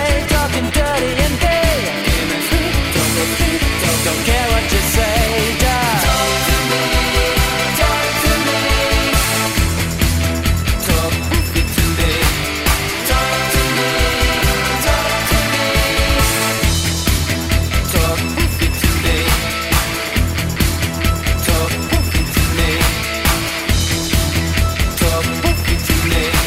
and dirty and gay. Innocent, don't go think, don't, don't care what you say. Just talk to me, talk to me, talk to me, talk to me, talk to me, talk to me, talk to me, talk to me.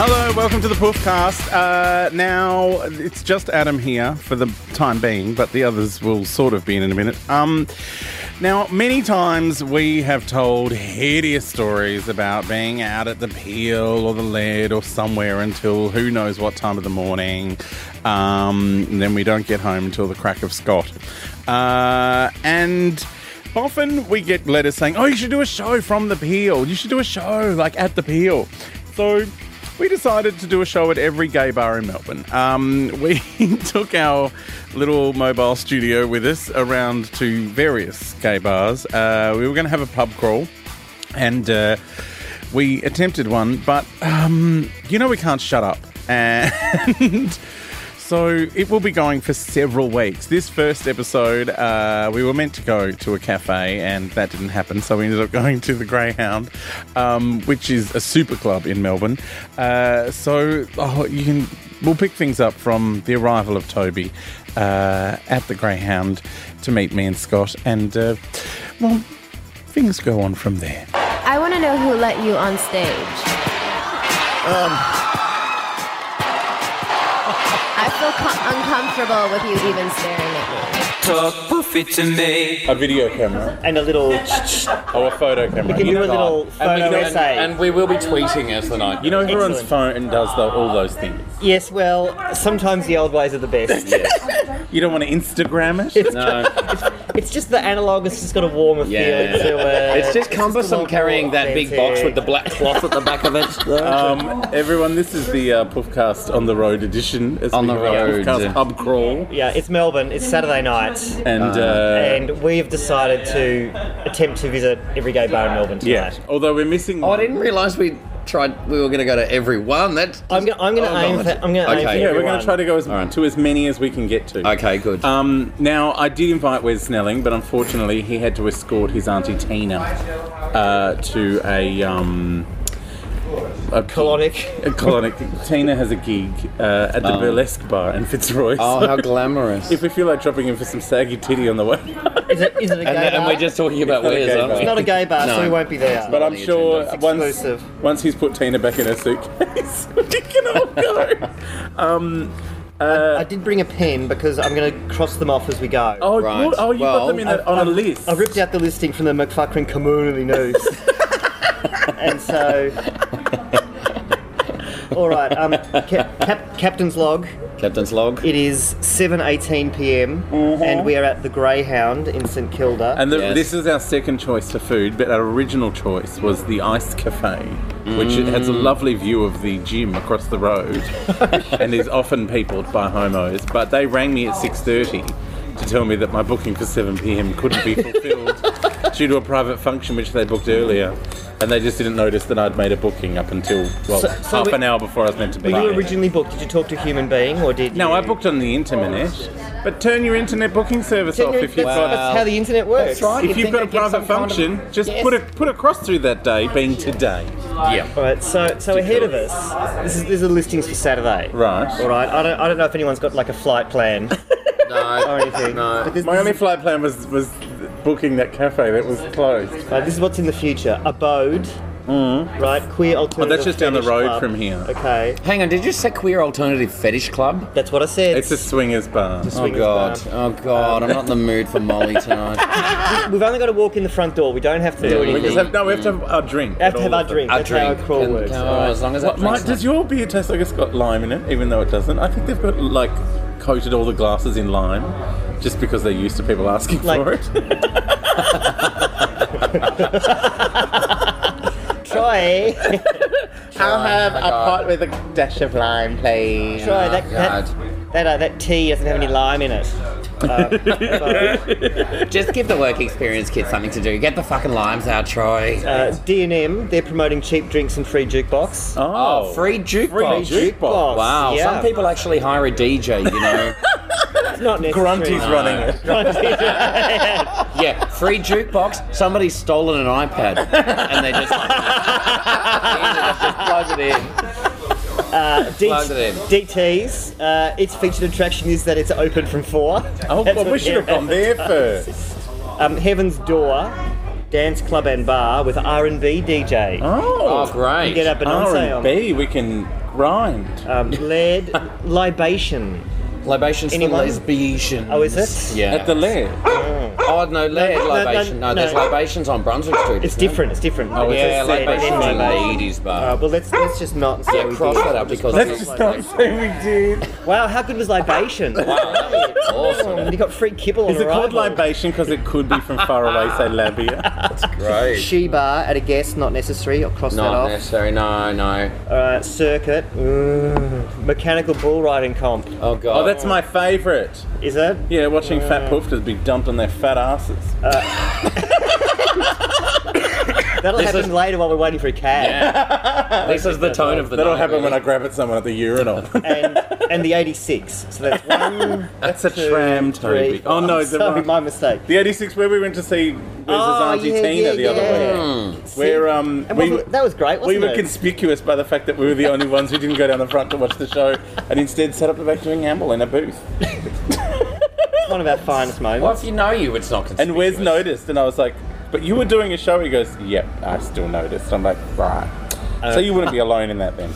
Hello, welcome to the Poofcast. Uh, now it's just Adam here for the time being, but the others will sort of be in in a minute. Um, now, many times we have told hideous stories about being out at the peel or the lead or somewhere until who knows what time of the morning. Um, and then we don't get home until the crack of Scott. Uh, and Often we get letters saying, "Oh, you should do a show from the Peel. You should do a show like at the Peel." So we decided to do a show at every gay bar in Melbourne. Um, we took our little mobile studio with us around to various gay bars. Uh, we were going to have a pub crawl, and uh, we attempted one, but um, you know we can't shut up and. So it will be going for several weeks. This first episode, uh, we were meant to go to a cafe, and that didn't happen. So we ended up going to the Greyhound, um, which is a super club in Melbourne. Uh, so oh, you can we'll pick things up from the arrival of Toby uh, at the Greyhound to meet me and Scott, and uh, well, things go on from there. I want to know who let you on stage. I feel co- uncomfortable with you even staring at me. Talk poofy to me. A video camera and a little. or a photo camera. give you a little photo And- essay. and we will be tweeting as the night. You know, everyone's phone does the, all those things. yes, well, sometimes the old ways are the best. You don't want to Instagram it? It's, it's just the analog. It's just got a warmer feel. Yeah. To, uh, it's just a cumbersome lot carrying more that big box authentic. with the black cloth at the back of it. Um, everyone, this is the uh, Puffcast on the Road edition. It's On the road. Puffcast pub crawl. yeah, it's Melbourne. It's Saturday night, And, uh, and we have decided to attempt to visit every gay bar in Melbourne yeah. tonight. Although we're missing. oh, I didn't realise we tried. We were going to go to every one. That I'm gonna- I'm gonna aim for- I'm gonna aim Oh, okay. Yeah, for we're going to Everyone. try to go as, right. to as many as we can get to. Okay, good. Um, now, I did invite Wes Snelling, but unfortunately, he had to escort his auntie Tina uh, to a. Um, a Colonic. A colonic. Tina has a gig uh, at the burlesque bar in Fitzroy. oh, so how glamorous! If we feel like dropping in for some saggy titty on the way. Is it, is it a gay and, bar? and we're just talking about It's not a wares, gay bar. aren't we? It's not a gay bar, so No. uh, we won't be there. But I'm the sure agenda. It's once, exclusive. once he's put Tina back in her suitcase, we can all go. um, I did bring a pen because I'm going to cross them off as we go. oh, Right. what- oh, you got Well, them in a, on a list. I ripped out the listing from the McFuckering Community News. and so. All right, um, ca- cap- Captain's Log. Captain's log. It is 7:18 p.m. and we are at the Greyhound in St Kilda. and the, Yes. this is our second choice for food, but our original choice was the Ice Cafe, which it has a lovely view of the gym across the road, and is often peopled by homos. But they rang me at six thirty to tell me that my booking for seven pm couldn't be fulfilled due to a private function which they booked earlier. And they just didn't notice that I'd made a booking up until well So- so half we- an hour before I was meant to be. were you there. originally booked? Did you talk to a human being, or did No, you... I booked on the internet. But turn your internet booking service Didn't off you- if you've that's, got. that's how the internet works. That's right. If You'd you've think got a they'd get private some kind of- function, just Yes. put a put a cross through that day being today. Yeah. All right, so so ahead of us, this is these are the listings for Saturday. Right. All right. I don't I don't know if anyone's got like a flight plan or No. anything. No. this, My only flight plan was was booking that cafe that was closed. Right, this is what's in the future. Abode. Right, queer alternative. Mm. Oh, that's just down the fetish road club. from here. Okay, Hang on. Did you say queer alternative fetish club? that's what I said. It's a swingers bar. Oh Swingers god. bar. Oh god. I'm not in the mood for Molly tonight. Ah, We've only got to walk in the front door. We don't have to do We anything. just have, no, we have to have our drink. we have to at have all our of them. drink. I that's how drink. our crawl and- works. oh, all right. As long as that What, Mike, drink's does your beer taste like it's got lime in it, even though it doesn't? I think they've got like coated all the glasses in lime, just because they're used to people asking Like- for it. Troy, Oh, I'll have a pot with a dash of lime, please. Troy, that Oh, God. that, that, uh, that tea doesn't have any lime in it. Just give the work experience kids something to do. Get the fucking limes out, Troy. Uh, D&M, they're promoting cheap drinks and free jukebox. Oh, free jukebox. Free jukebox. Wow, yeah. some people actually hire a DJ, you know. It's not necessary. Grunty's running it. yeah, free jukebox. Somebody's stolen an iPad, and they just, just plug it in. D- Plug it in. DT's, uh, its featured attraction is that it's open from four. Oh, That's well, we what should have they're- gone there first. Um, Heaven's Door, dance club and bar with R&B DJ. Oh, Oh, great. Get up and on. R&B, we can grind. Um, lead libation. Libations Anyone? for lesbians. Oh, is it? Yeah. At the lair. oh, no, lead no, no, libation. No, no. there's libations on Brunswick Street. It's isn't it? different. It's different. Oh, It's yeah, just said libations in in the libation. ladies Uh, bar. well, let's let's just not say yeah, we cross did. that out We'll just because cross it's it just out. Don't say we did. Wow, how good was libation? Wow, awesome. And you got free kibble on Is it called arrival. libation because it could be from far away, say labia? Great. She bar at a guest, not necessary. I'll cross that Not off. necessary. No, no. Uh, circuit, Ooh. mechanical bull riding comp. Oh god. Oh, that's my favourite. Is it? Yeah, watching fat poofters be dumped on their fat asses. That'll happen later while we're waiting for a cab. This is the tone of the. That'll night, happen when I really. grab at someone at the urinal. And, and the 86. So that's one. That's a two, tram, three, Toby. Oh no, the, four. sorry, one- my mistake. the 86 where we went to see Where's Oh, Auntie yeah, Tina yeah, the other yeah. Hmm. week. Where um And we wasn't- were- that was great, wasn't we were it? conspicuous by the fact that we were the only ones who didn't go down the front to watch the show and instead sat up the back doing amble in a booth. one of our finest moments. Well, if you know you, it's not. And conspicuous. Wes noticed, and I was like, "But you were doing a show." He goes, "Yep, I still noticed." I'm like, "Right." so you wouldn't be alone in that then.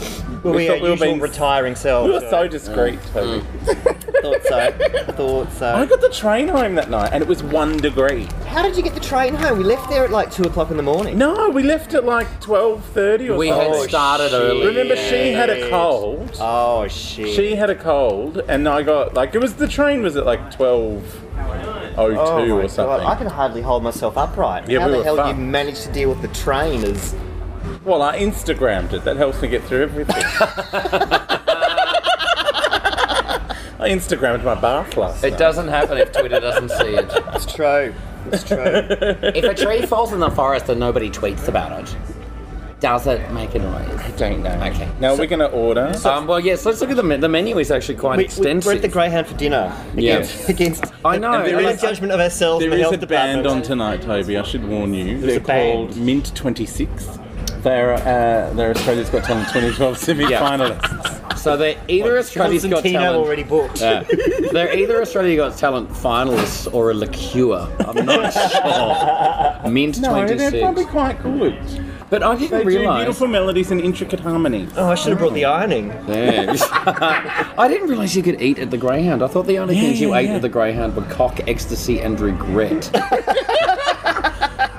Well, we, thought are usual Mm. being- retiring selves. We were so discreet. Toby. thought so. thought I so. got the train home that night, and it was one degree. How did you get the train home? We left there at like two o'clock in the morning. No, we left at like twelve thirty or we something. Oh, had started shit. early. Remember, she had a Yes. cold. Oh shit. She had a cold, and I got like it was the train was at like twelve Oh, oh two my or God, something. I can hardly hold myself upright. Yeah, How we the were hell fucked. you managed to deal with the train is Well, I Instagrammed it. That helps me get through everything. I Instagrammed my bath last It night. doesn't happen if Twitter doesn't see it. It's true. It's true. If a tree falls in the forest and nobody tweets about it, does it make a noise? Don't know. Okay. Now we're gonna order. Uh, Um, well, yes. Let's look at the me- the menu. is actually quite we, we, extensive. we're at the Greyhound for dinner. Yeah. Against, against I know. And there our is- judgment of ourselves. there and the is health a band on department. tonight, Toby. I should warn you. There's They're a band. called Mint Twenty Six. They're uh, they're Australia's Got Talent 2012 semi-finalists. so they're either Australia's Got Constantino Talent. already booked. Yeah. They're either Australia Got Talent finalists or a liqueur. I'm not sure. Mint No, they're 26. probably quite good. But I They didn't do realise. beautiful melodies and intricate harmonies. Oh, I should have brought the ironing. Yeah. I didn't realise you could eat at the Greyhound. I thought the only things you yeah, ate yeah. at the Greyhound were cock, ecstasy, and regret.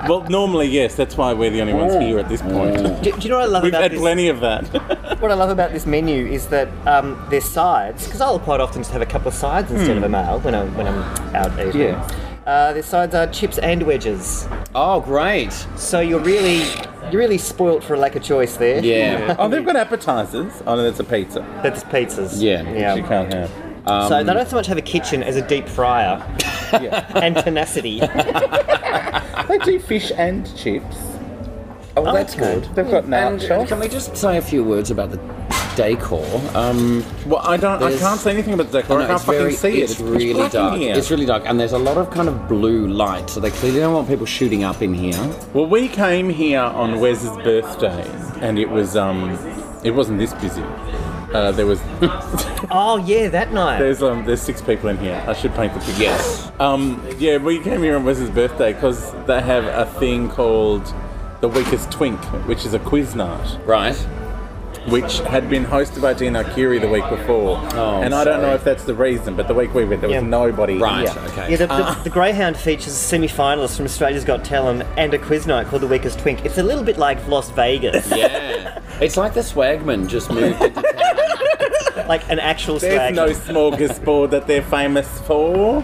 Well, normally yes. That's why we're the only Oh. ones here at this point. Do, do you know what I love We've about had this? plenty of that. What I love about this menu is that um, their sides, because I'll quite often just have a couple of sides instead of a meal when I'm when I'm out eating. Yeah. Uh, their sides are chips and wedges, oh, great. so you're really you're really spoilt for a lack of choice there. Yeah. Oh, they've got appetizers. Oh, no, that's a pizza. That's pizzas. Yeah. Which you Yeah. can't have. so they don't so much have a kitchen as a deep fryer Yeah. and tenacity. they do fish and chips. Oh, that's good. They've got And nachos. can we just say a few words about the decor? Um, well, I don't. I There's- Oh, can't say anything about the decor. I no, can't it's fucking very, see it. it's really pitch black in dark. here. It's really dark, and there's a lot of kind of blue light, so they clearly don't want people shooting up in here. well, we came here on Wes's birthday, and it was um, it wasn't this busy. Uh, there was oh yeah, that night. there's um there's six people in here. I should paint the picture. Yes. Um, yeah, we came here on Wes's birthday because they have a thing called the weakest twink, which is a quiz night. Right. which had been hosted by Dino Curie the week before. Oh, and I don't sorry. know if that's the reason, but the week we went, there was Yeah. nobody Right. here. Okay. Yeah, the, the, Uh, the Greyhound features semi-finalists from Australia's Got Talent and a quiz night called The Weakest Twink. It's a little bit like Las Vegas, Yeah. It's like the swagman just moved into town. like an actual There's swag. no smorgasbord that they're famous for.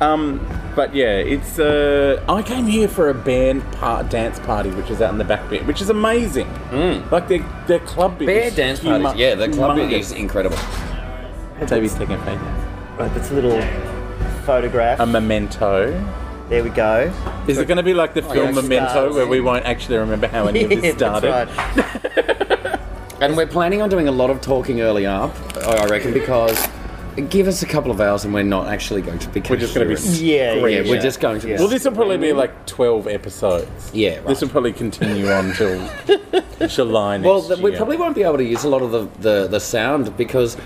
Um, but yeah, it's. Uh, I came here for a band part dance party, which is out in the back bit, which is amazing. Like their their club bit. Bear is Mm. dance parties. humo- Yeah, the club humongous. is incredible. Toby's taking a photo. Right, that's a little photograph. a memento. there we go. Is it going to be like the film Oh, yeah. Memento, Stars. where we won't actually remember how any of this that's started? right. And we're planning on doing a lot of talking early up, I I reckon, because give us a couple of hours and we're not actually going to be. We're just gonna be coherent. Yeah, yeah, Yeah, we're yeah. just going to. be Well, this will probably be like twelve episodes. Yeah, right. this will probably continue on till July next Well, th- we year. probably won't be able to use a lot of the, the, the sound because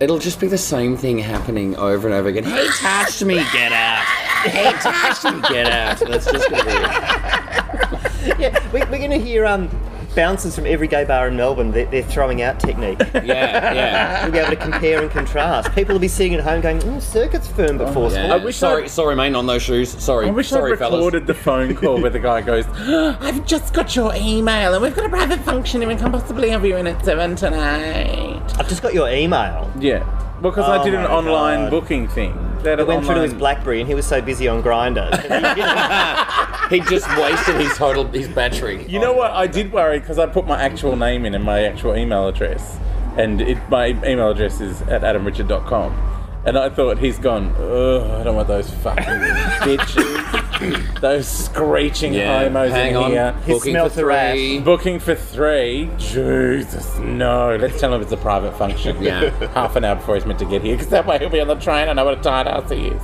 it'll just be the same thing happening over and over again. He touched me, get out. He touched me, get out. That's just going to be it. yeah, we, we're going to hear um, bouncers from every gay bar in Melbourne. They're, they're throwing out technique. We'll Yeah, yeah. be able to compare and contrast. People will be sitting at home going, mm, "Circuit's firm but forceful." yeah. Oh, I wish sorry, I- sorry, mate, on those shoes. Sorry, I wish I sorry, fellas. recorded the phone call where the guy goes, "I've just got your email, and we've got a private function, and we can possibly have you in at seven tonight." I've just got your email. Yeah, well, because I Oh did an my online God. booking thing. That I went through to his online- BlackBerry, and he was so busy on Grinder. He just wasted his total his battery. You know what? I did worry because I put my actual name in and my actual email address, and it, my email address is at adamrichard.com. And I thought he's gone. Ugh, I don't want those fucking bitches, those screeching Yeah, homos hang in on. here. He Booking for smelt a rat. three. Booking for three? Jesus, no. Let's tell him it's a private function. Yeah. half an hour before he's meant to get here, because that way he'll be on the train. and I know what a tired ass he is.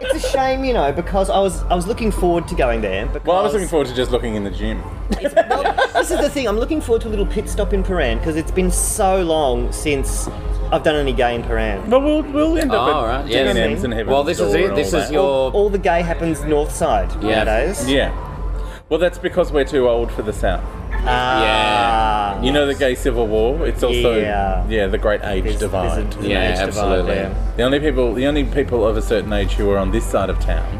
it's a shame, you know, because I was I was looking forward to going there. Because Well, I was looking forward to just looking in the gym. this is the thing. I'm looking forward to a little pit stop in Paran because it's been so long since I've done any gay in Paran. But we'll we'll end up Oh, at right, Digging yes. M's and Heaven's Well, this is Door it. and This all is that. Oh, your. All the gay happens north side Yeah. nowadays. Yeah. Well, that's because we're too old for the South. oh. Ah. You know the gay civil war. It's also yeah, Yeah. the great age There's- there's a- divide. there's an Yeah, age divide absolutely. there. the only people, the only people of a certain age who are on this side of town,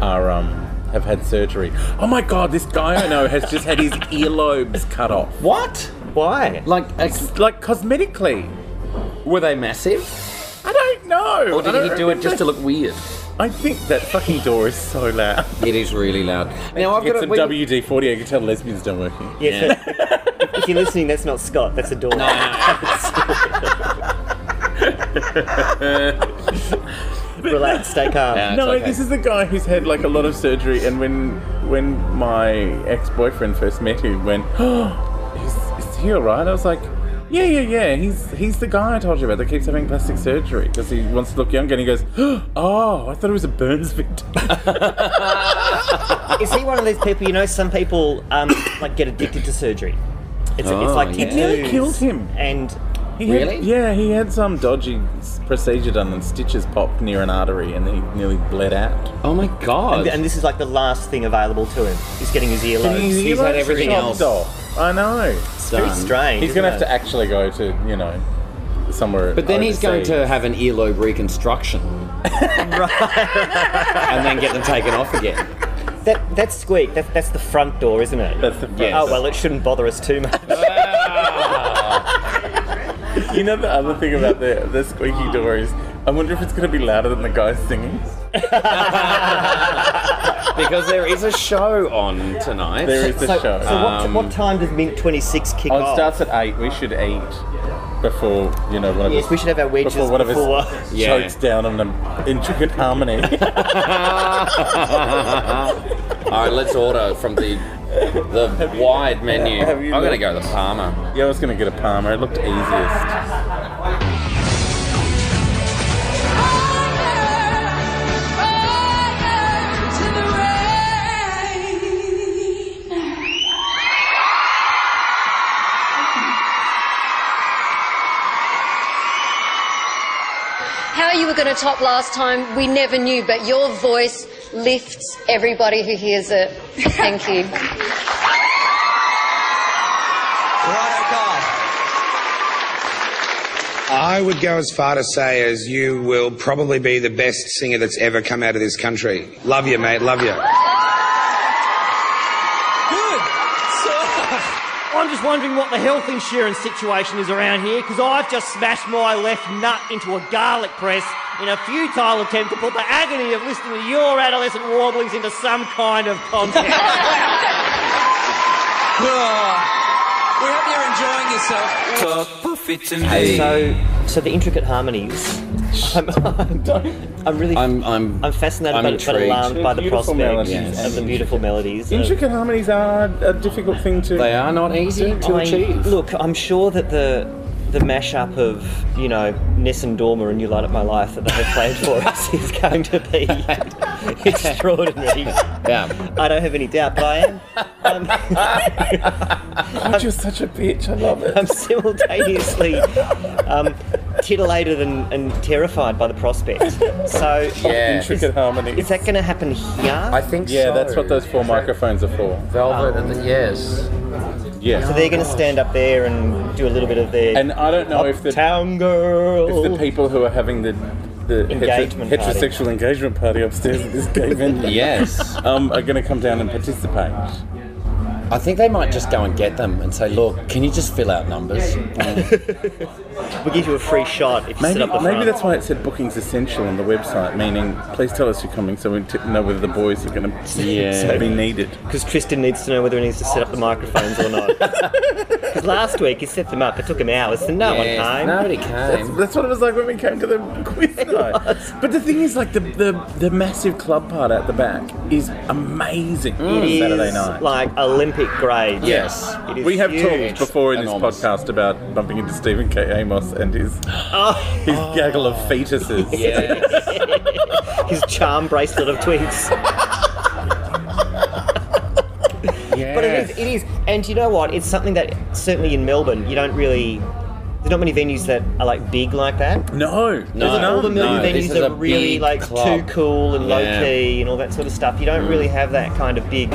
are um have had surgery. Oh my god, this guy I know has just had his earlobes cut off, What? Why? Like, ex- like cosmetically. were they massive? I don't know. Or I did don't he do it just to remember. look weird? I think that fucking door is so loud. It is really loud. Now I've Get got a some we- WD forty. I can tell lesbians don't work here. Yes, that- if, if you're listening, that's not Scott. That's a door. Relax. Stay calm. Yeah. No, It's okay. this is a guy who's had like a lot of surgery, and when when my ex boyfriend first met him, went, oh, is, is he alright? I was like, yeah, yeah, yeah. He's he's the guy I told you about that keeps having plastic surgery because he wants to look younger. And he goes, oh, I thought it was a burns victim. Is he one of these people? You know, some people um, like get addicted to surgery. It's, it's like Oh, tattoos. yeah. nearly killed him. And He had- Really? yeah, he had some dodgy s- procedure done, and stitches popped near an artery, and he nearly bled out. Oh my god! and this is like the last thing available to him. He's getting his earlobes. His he's had earlobes everything chopped else off. I know. it's very done. strange. He's gonna have isn't to actually go to you know somewhere. but then he's going overseas. to have an earlobe reconstruction, and then get them taken off again. it? That that's squeak. That, that's the front door, isn't it? That's the Yes. Oh well, it shouldn't bother us too much. You know the other thing about the the squeaky door is, I wonder if it's gonna be louder than the guy singing. because there is a show on tonight. There is the so, show. Um, so what, what time does Mint 26 kick oh, it off? starts at eight. We should eat before you know one of Yes, us we should have our wedges before before. one of us Yeah. chokes down on an intricate harmony. All right, let's order from the the wide menu. have I'm you gonna looked- go the Palmer. yeah, I was gonna get a palmer. It looked easiest. How you were going to top last time, we never knew, but your voice lifts everybody who hears it. Thank you. I would go as far to say as you will probably be the best singer that's ever come out of this country. Love you, mate. Love you. I'm just wondering what the health insurance situation is around here because I've just smashed my left nut into a garlic press in a futile attempt to put the agony of listening to your adolescent warblings into some kind of context. We hope you're enjoying yourself. fit to me. So, so the intricate harmonies. I'm, I'm, I'm really. I'm I'm I'm fascinated I'm by, but intrigued. alarmed by the Beautiful prospect melodies. of the beautiful melodies. of- Intricate harmonies are a difficult thing to. They are not easy to I- achieve. Look, I'm sure that the the mashup of you know Ness and Dormer and You Light Up My Life that they have played for us is going to be extraordinary. Yeah. I don't have any doubt, but I am. I'm, God, Oh, you're such a bitch. I love it. I'm simultaneously um, titillated and, and terrified by the prospect. So Yeah. Intricate harmonies. is that going to happen here? I think yeah, so. that's what those four microphones are for. Velvet and the, yes. Yeah. so they're going to stand up there and do a little bit of their Oh, and I don't know if the town girl. if the people who are having the the Oh. Engagement heter- party. heterosexual engagement party upstairs at this gay venue Yes. um, are going to come down and participate. I think they might just go and get them and say, look, can you just fill out numbers? we'll give you a free shot if you Maybe, sit up the maybe front. that's why it said bookings essential on the website, meaning please tell us you're coming so we t- know whether the boys are going to Yeah. be needed. Because Tristan needs to know whether he needs to set up the microphones or not. Because last week he set them up, it took him hours, and no Yes, one came. Nobody came. That's what it was like when we came to the quiz night. But the thing is, like the, the, the massive club part at the back is amazing on It Saturday is night. like Olympic grade. Yes. It is we have huge. talked before in Enormous. this podcast about bumping into Stephen K. Amos and his his gaggle of fetuses. Yes. his charm bracelet of twigs. yes. But it is, it is, and you know what? It's something that certainly in Melbourne you don't really. There's not many venues that are like big like that. No, No. there's all the none. million no, venues this is that a are really big like club. too cool and Yeah. low key and all that sort of stuff. You don't really have that kind of big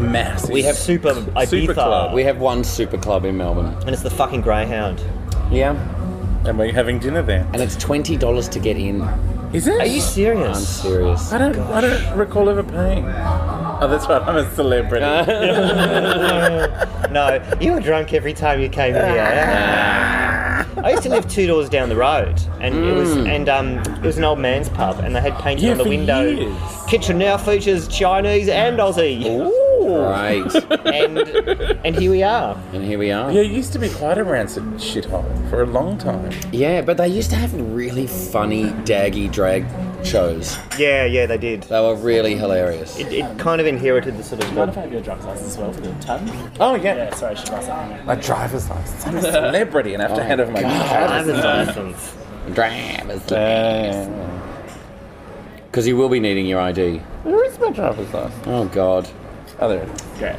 massive. We have- super Ibiza, club. We have one super club in Melbourne. and it's the fucking Greyhound. Yeah. and we're having dinner there. And it's twenty dollars to get in. Is it? Are you I'm serious? serious. I don't. I don't recall ever paying. Oh, that's right. I'm a celebrity. Uh, No, you were drunk every time you came here. I used to live two doors down the road, and it was and um, it was an old man's pub, and they had painted Yeah, on the for window. years. Kitchen now features Chinese and Aussie, Ooh. Right. and and here we are. and here we are. Yeah, it used to be quite a rancid shithole for a long time. Yeah, but they used to have really funny daggy drag shows. Yeah, yeah, they did. They were really hilarious. It, it kind of inherited the sort of Oh yeah. Yeah, sorry, I should My driver's license. I'm a celebrity and I have to hand over my driver's driver's license. license. Because you will be needing your ID. Where is my driver's license? Oh God, Oh, there it is.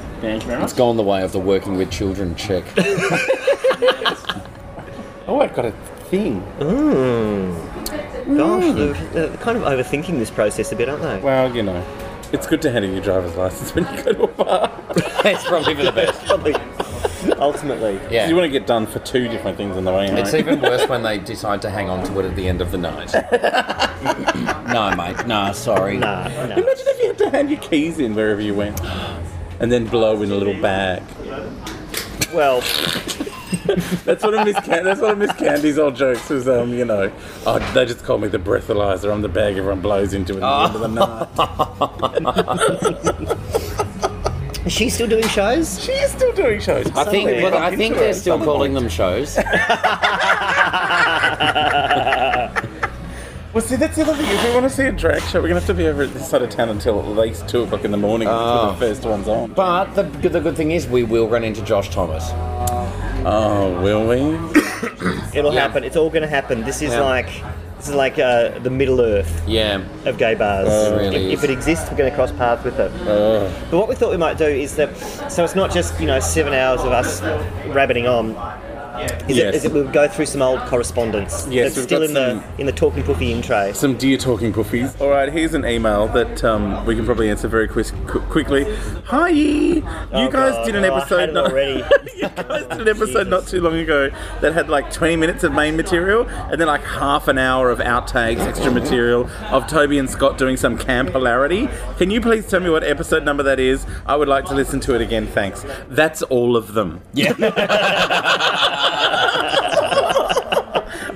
it's gone the way of the working with children check. Oh, I've got a thing. Gosh, Oh, they're, they're kind of overthinking this process a bit, aren't they? Well, you know, it's good to hand in your driver's license when you go to a bar. it's probably for the best. Probably. Ultimately. Yeah. You want to get done for two different things on the way home. It's even worse when they decide to hang on to it at the end of the night. no, mate. Nah, sorry. Nah, nah. Imagine if you had to hand your keys in wherever you went, and then blow in a little bag. Well, That's what I miss. Can- that's what I miss. Candy's old jokes was, um, you know, oh, they just call me the breathalyzer. I'm the bag everyone blows into at the end of the Oh. night. is she still doing shows? She is still doing shows. I think, Something but got I think into they're it. still Someone calling them shows. Well, see, that's the other thing. If we want to see a drag show, we're gonna have to be over at this side of town until at least two o'clock in the morning Oh. before the first one's on. But the, the good thing is, we will run into Josh Thomas. Oh, will we? It'll Yeah. happen. It's all going to happen. This is Yeah. like this is like uh, the Middle Earth Yeah. of gay bars. Oh, It really if, if is. it exists, we're going to cross paths with it. But what we thought we might do is that so it's not just you know seven hours of us rabbiting on. Is, Yes. it, is it we'll go through some old correspondence Yes, that's we've still got in some- the in the talking puffy in tray. Some deer talking puffies. All right, here's an email that um, we can probably answer very quick, qu- quickly. Hi, you Oh, guys God. did an Oh, I episode had it not- already. you guys did an episode not too long ago that had like 20 minutes of main material and then like half an hour of outtakes, extra material of Toby and Scott doing some camp hilarity. Can you please tell me what episode number that is? I would like to listen to it again, thanks. That's all of them. Yeah.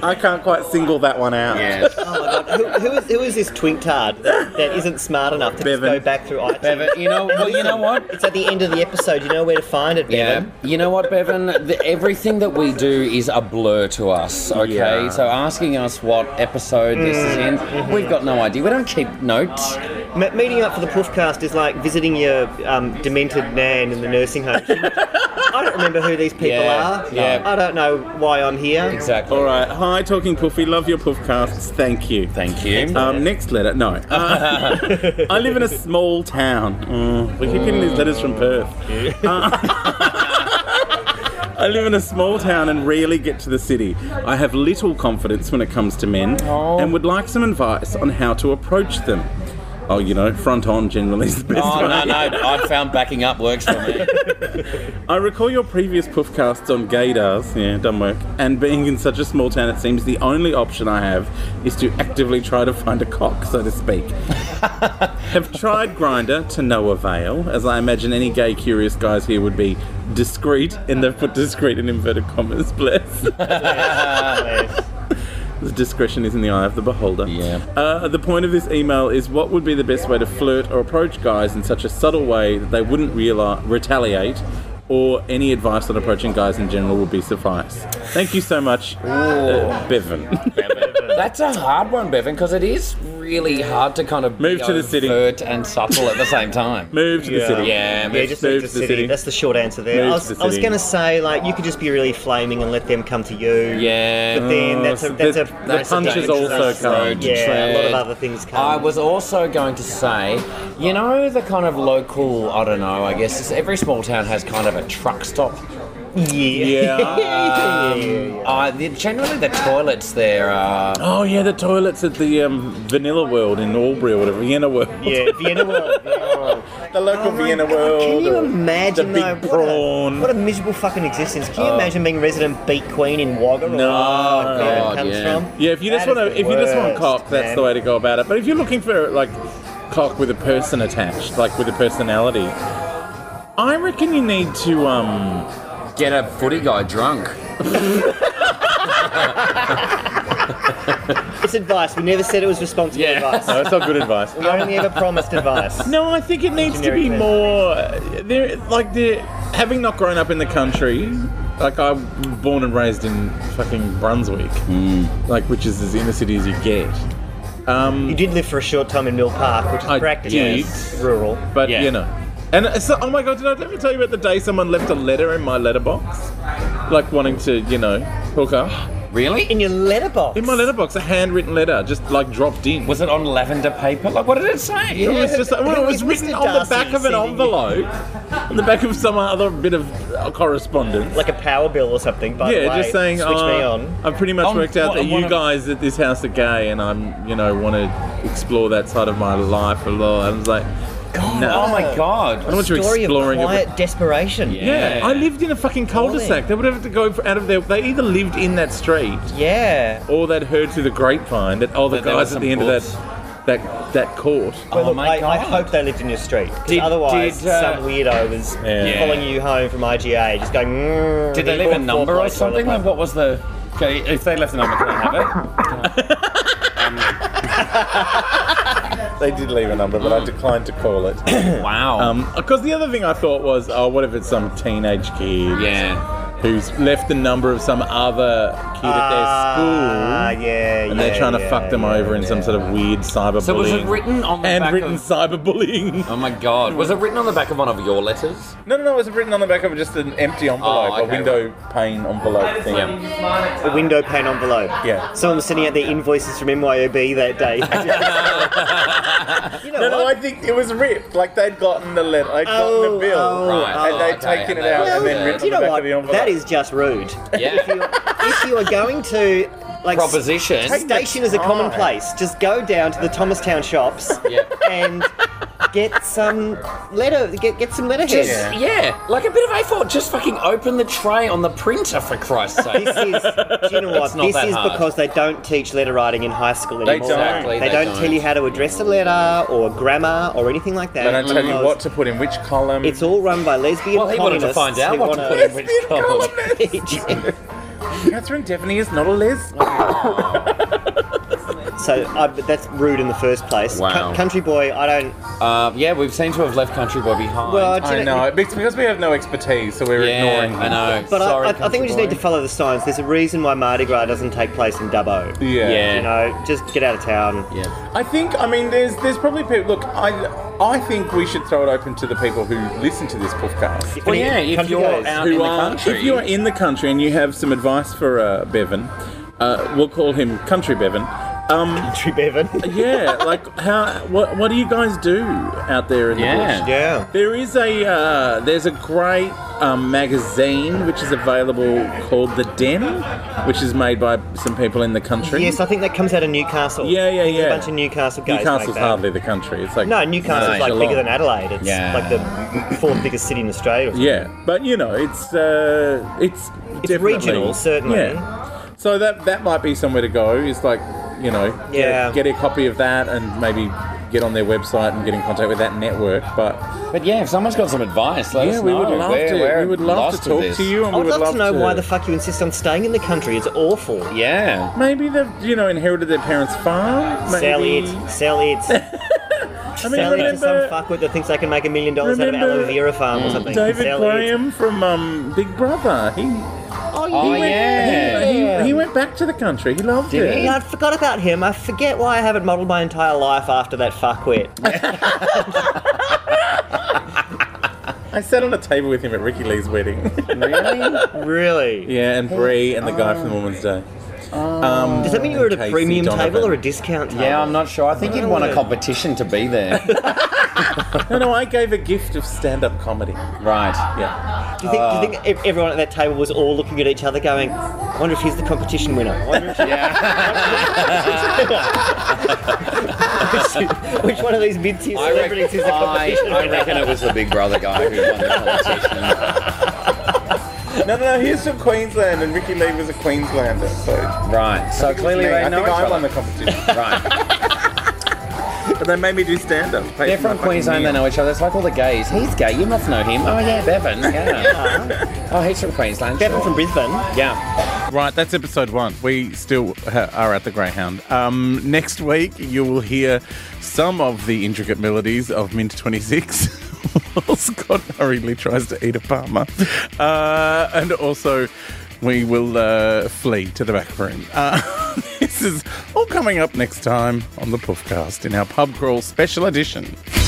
I can't quite single that one out. Yes. Oh my god! who, who, is, who is this twinktard that, that isn't smart enough to just Bevan. go back through iTunes? Bevan, you know, well, you know what? It's at the end of the episode. You know where to find it, Bevan. Yeah. You know what, Bevan? The, everything that we do is a blur to us, okay? Yeah. So asking us what episode this is in, Mm-hmm. we've got no idea. We don't keep notes. M- meeting up for the Poofcast is like visiting your um, demented nan in the nursing home. I don't remember who these people Yeah, are. yeah. I don't know why I'm here. Exactly. All right. Hi, Talking Poofy. Love your poofcasts. Thank you. Thank you. Um, next letter. No. Uh, I live in a small town. Mm, we keep getting these letters from Perth. Uh, I live in a small town and rarely get to the city. I have little confidence when it comes to men Oh. and would like some advice on how to approach them. Oh, you know, front on generally is the best Oh, way. no, no. I found backing up works for me. I recall your previous poofcasts on gaydars, yeah, done work, and being in such a small town, it seems the only option I have is to actively try to find a cock, so to speak. have tried Grinder to no avail, as I imagine any gay curious guys here would be discreet, and they've put discreet in inverted commas, bless. The discretion is in the eye of the beholder. Yeah. Uh, the point of this email is what would be the best way to flirt or approach guys in such a subtle way that they wouldn't realize, retaliate, or any advice on approaching guys in general would be suffice. Thank you so much, uh, Bevan. That's a hard one, Bevan, because it is really hard to kind of Move be to the city. overt and subtle at the same time. Move to the city. Yeah, Yeah, move just to move move to the to the city. city. That's the short answer there. Move I to was, the I was city. going to say, like, you could just be really flaming and let them come to you. Yeah. But then that's a, that's a, The- the that's a punch is dangerous also road. kind. Yeah, a lot Tread. of other things come. I was also going to say, you know, the kind of local, I don't know, I guess it's- every small town has kind of a truck stop. Yeah. Um, uh, the- generally, the toilets there are. Oh yeah, the toilets at the um, Vanilla World in Albury or whatever, Vienna World. Yeah, Vienna World. Vienna World. The local Oh my Vienna God, World. Can you or imagine the though, big what a- prawn? Oh. What a, miserable fucking existence. Can you imagine being resident beat queen in Wagga? No. Or where God, it comes yeah. from? Yeah, if you just That want is to, if the you just want worst, cock, that's man. the way to go about it. But if you're looking for like cock with a person attached, like with a personality, I reckon you need to um. Get a footy guy drunk. It's advice. We never said it was responsible Yeah. advice. No, it's not good advice. We only ever promised advice. No, I think it needs to be Generic more. There, like the having not grown up in the country, like I'm born and raised in fucking Brunswick, Hmm. like which is as inner city as you get. Um, You did live for a short time in Mill Park, which is I practically did. rural. But Yeah. you know, and it's, oh my god, did I ever tell you about the day someone left a letter in my letterbox, like wanting to, you know, hook up Really? In your letterbox. in my letterbox, a handwritten letter just like dropped in. Was it on lavender paper? Like, what did it say? it was just well, it was Mr. written on the Darcy back of an sending you- envelope, on the back of some other bit of uh, correspondence. Like a power bill or something, by the yeah, way. just saying. Switch uh, me on. I've pretty much On worked out what- that on one you of- guys at this house are gay, and I'm, you know, want to explore that side of my life a lot. I was like, no. Oh my god. I want you Story exploring of it. quiet desperation. Yeah, I lived in a fucking cul-de-sac. Really? They would have to go for- out of their. They either lived in that street, Yeah. or they'd heard through the grapevine that oh, the That there guys was at the some end books. of that that that court. Well, Oh look, my I, I God. hope they lived in your street. 'cause Did- otherwise, did, uh, some weirdo was Yeah. following you home from IGA, just going. "Mm, Did they he leave a bought four number or blokes on the something? Like, bus." what was the. Okay, if they left a number, can I have it? They did leave a number, but I declined to call it. Wow. Because Um, the other thing I thought was, oh, what if it's some teenage kid yeah. who's left the number of some other kid at Ah, their school, yeah, and they're yeah, trying to yeah, fuck them yeah. over in some sort of weird cyberbullying. So was it written on the and back written of. cyberbullying. Oh my god. Was it written on the back of one of your letters? No, no, no. It was written on the back of just an empty envelope, Oh, okay, a window pane envelope thing. Yeah. A window pane envelope. Yeah. Someone was sending out their invoices from MYOB that day. you know No, no, what? I think it was ripped. Like they'd gotten the letter, they'd gotten Oh, the bill, oh, Right. and they'd oh, okay, taken and it out they- and then No, ripped do you on the know back what? of the envelope. That is just rude. if, Yeah. you, if you are going to like s- Proposition. station is a commonplace. Just go down to the Thomastown shops Yeah. and get some letter. Get get some letterhead. Just, yeah. like a bit of A4. Just fucking open the tray on the printer for Christ's sake. This is, do you know what? It's not This that is hard. because they don't teach letter writing in high school anymore. don't. Exactly, They, they don't, don't. tell you how to address a letter or grammar or anything like that. They don't tell you because what to put in which column. It's all run by lesbian Well, he wanted to communists find out who what to wanna- put in which column. Catherine Devaney is not a lesbian. so I, but that's rude in the first place. Wow. Cou- country boy, I don't. Uh, yeah, we seem to have left Country Boy behind. Well, do you I know. It's because we have no expertise, so we're yeah, ignoring him. I know. But Sorry, I, I, I think we just Country need to Boy. follow the signs. There's a reason why Mardi Gras doesn't take place in Dubbo. Yeah. Yeah. You know, just get out of town. Yeah. I think I mean there's there's probably people look I I think we should throw it open to the people who listen to this podcast. Well, yeah, if Country you're goes. out in Who the are country. if you are in the country and you have some advice for uh, Bevan, uh, we'll call him Country Bevan. Um, Country Bevan. yeah, like how what what do you guys do out there in the bush? yeah. yeah. There is a uh, there's a great um, magazine which is available called The Den, which is made by some people in the country. Yes, I think that comes out of Newcastle. Yeah, yeah, I think there's yeah. A bunch of Newcastle guys. Newcastle's like that. hardly the country. It's like No, Newcastle's No, like Geelong. bigger than Adelaide. It's Yeah. like the fourth biggest city in Australia. or something. Yeah, but you know, it's uh, it's It's definitely- regional, certainly. Yeah. So that that might be somewhere to go. Is like you know, get, Yeah. get a copy of that and maybe get on their website and get in contact with that network. But But yeah, if someone's got some advice, let yeah, us we know. would love We're- to. we're we would love lost to with talk this. to you, and I we would would love, to know why the fuck you insist on staying in the country. It's awful. Yeah. Maybe they've you know inherited their parents' farm. Sell Maybe. it. Sell it. I mean, sell it to some remember, fuckwit that thinks they can make a million dollars out of remember aloe vera farm Mm. or something. David sell Graham from um, Big Brother. He Oh, yeah. he, he went back to the country. He loved Did it. he? It. Yeah, I forgot about him. I forget why I haven't modelled my entire life after that fuckwit. I sat on a table with him at Ricky Lee's wedding. really? Yeah, and Bree and the guy Oh. from the Woman's Day. Um, Does that mean you were at a Casey premium Donovan. table or a discount table? Yeah, I'm not sure. I think you'd want a competition to be there. No, no, I gave a gift of stand-up comedy. right. Yeah. Do you think, do you Ah. think ev- everyone at that table was all looking at each other, going, "I wonder if he's the competition winner? I Wonder if which, which one of these mid-tier I reckon, celebrities is the I, competition I winner?" reckon it was the Big Brother guy who won the No, no, no. He's from Queensland, and Ricky Lee was a Queenslander, so competition. right. So clearly I they know think each I won the other. competition. Right. but they made me do stand-up. paid They're for my from fucking Queensland, they meal. know each other. It's like all the gays. He's gay, you must know him. Oh yeah, Bevan. Yeah. oh, he's from Queensland. Bevan sure. from Brisbane. Yeah. Right, that's episode one. We still ha- are at the Greyhound. Um, next week, you will hear some of the intricate melodies of Mint 26. while Scott hurriedly tries to eat a palmer. Uh, and also, we will uh, flee to the back room. Uh, this is all coming up next time on the Puffcast in our pub crawl special edition.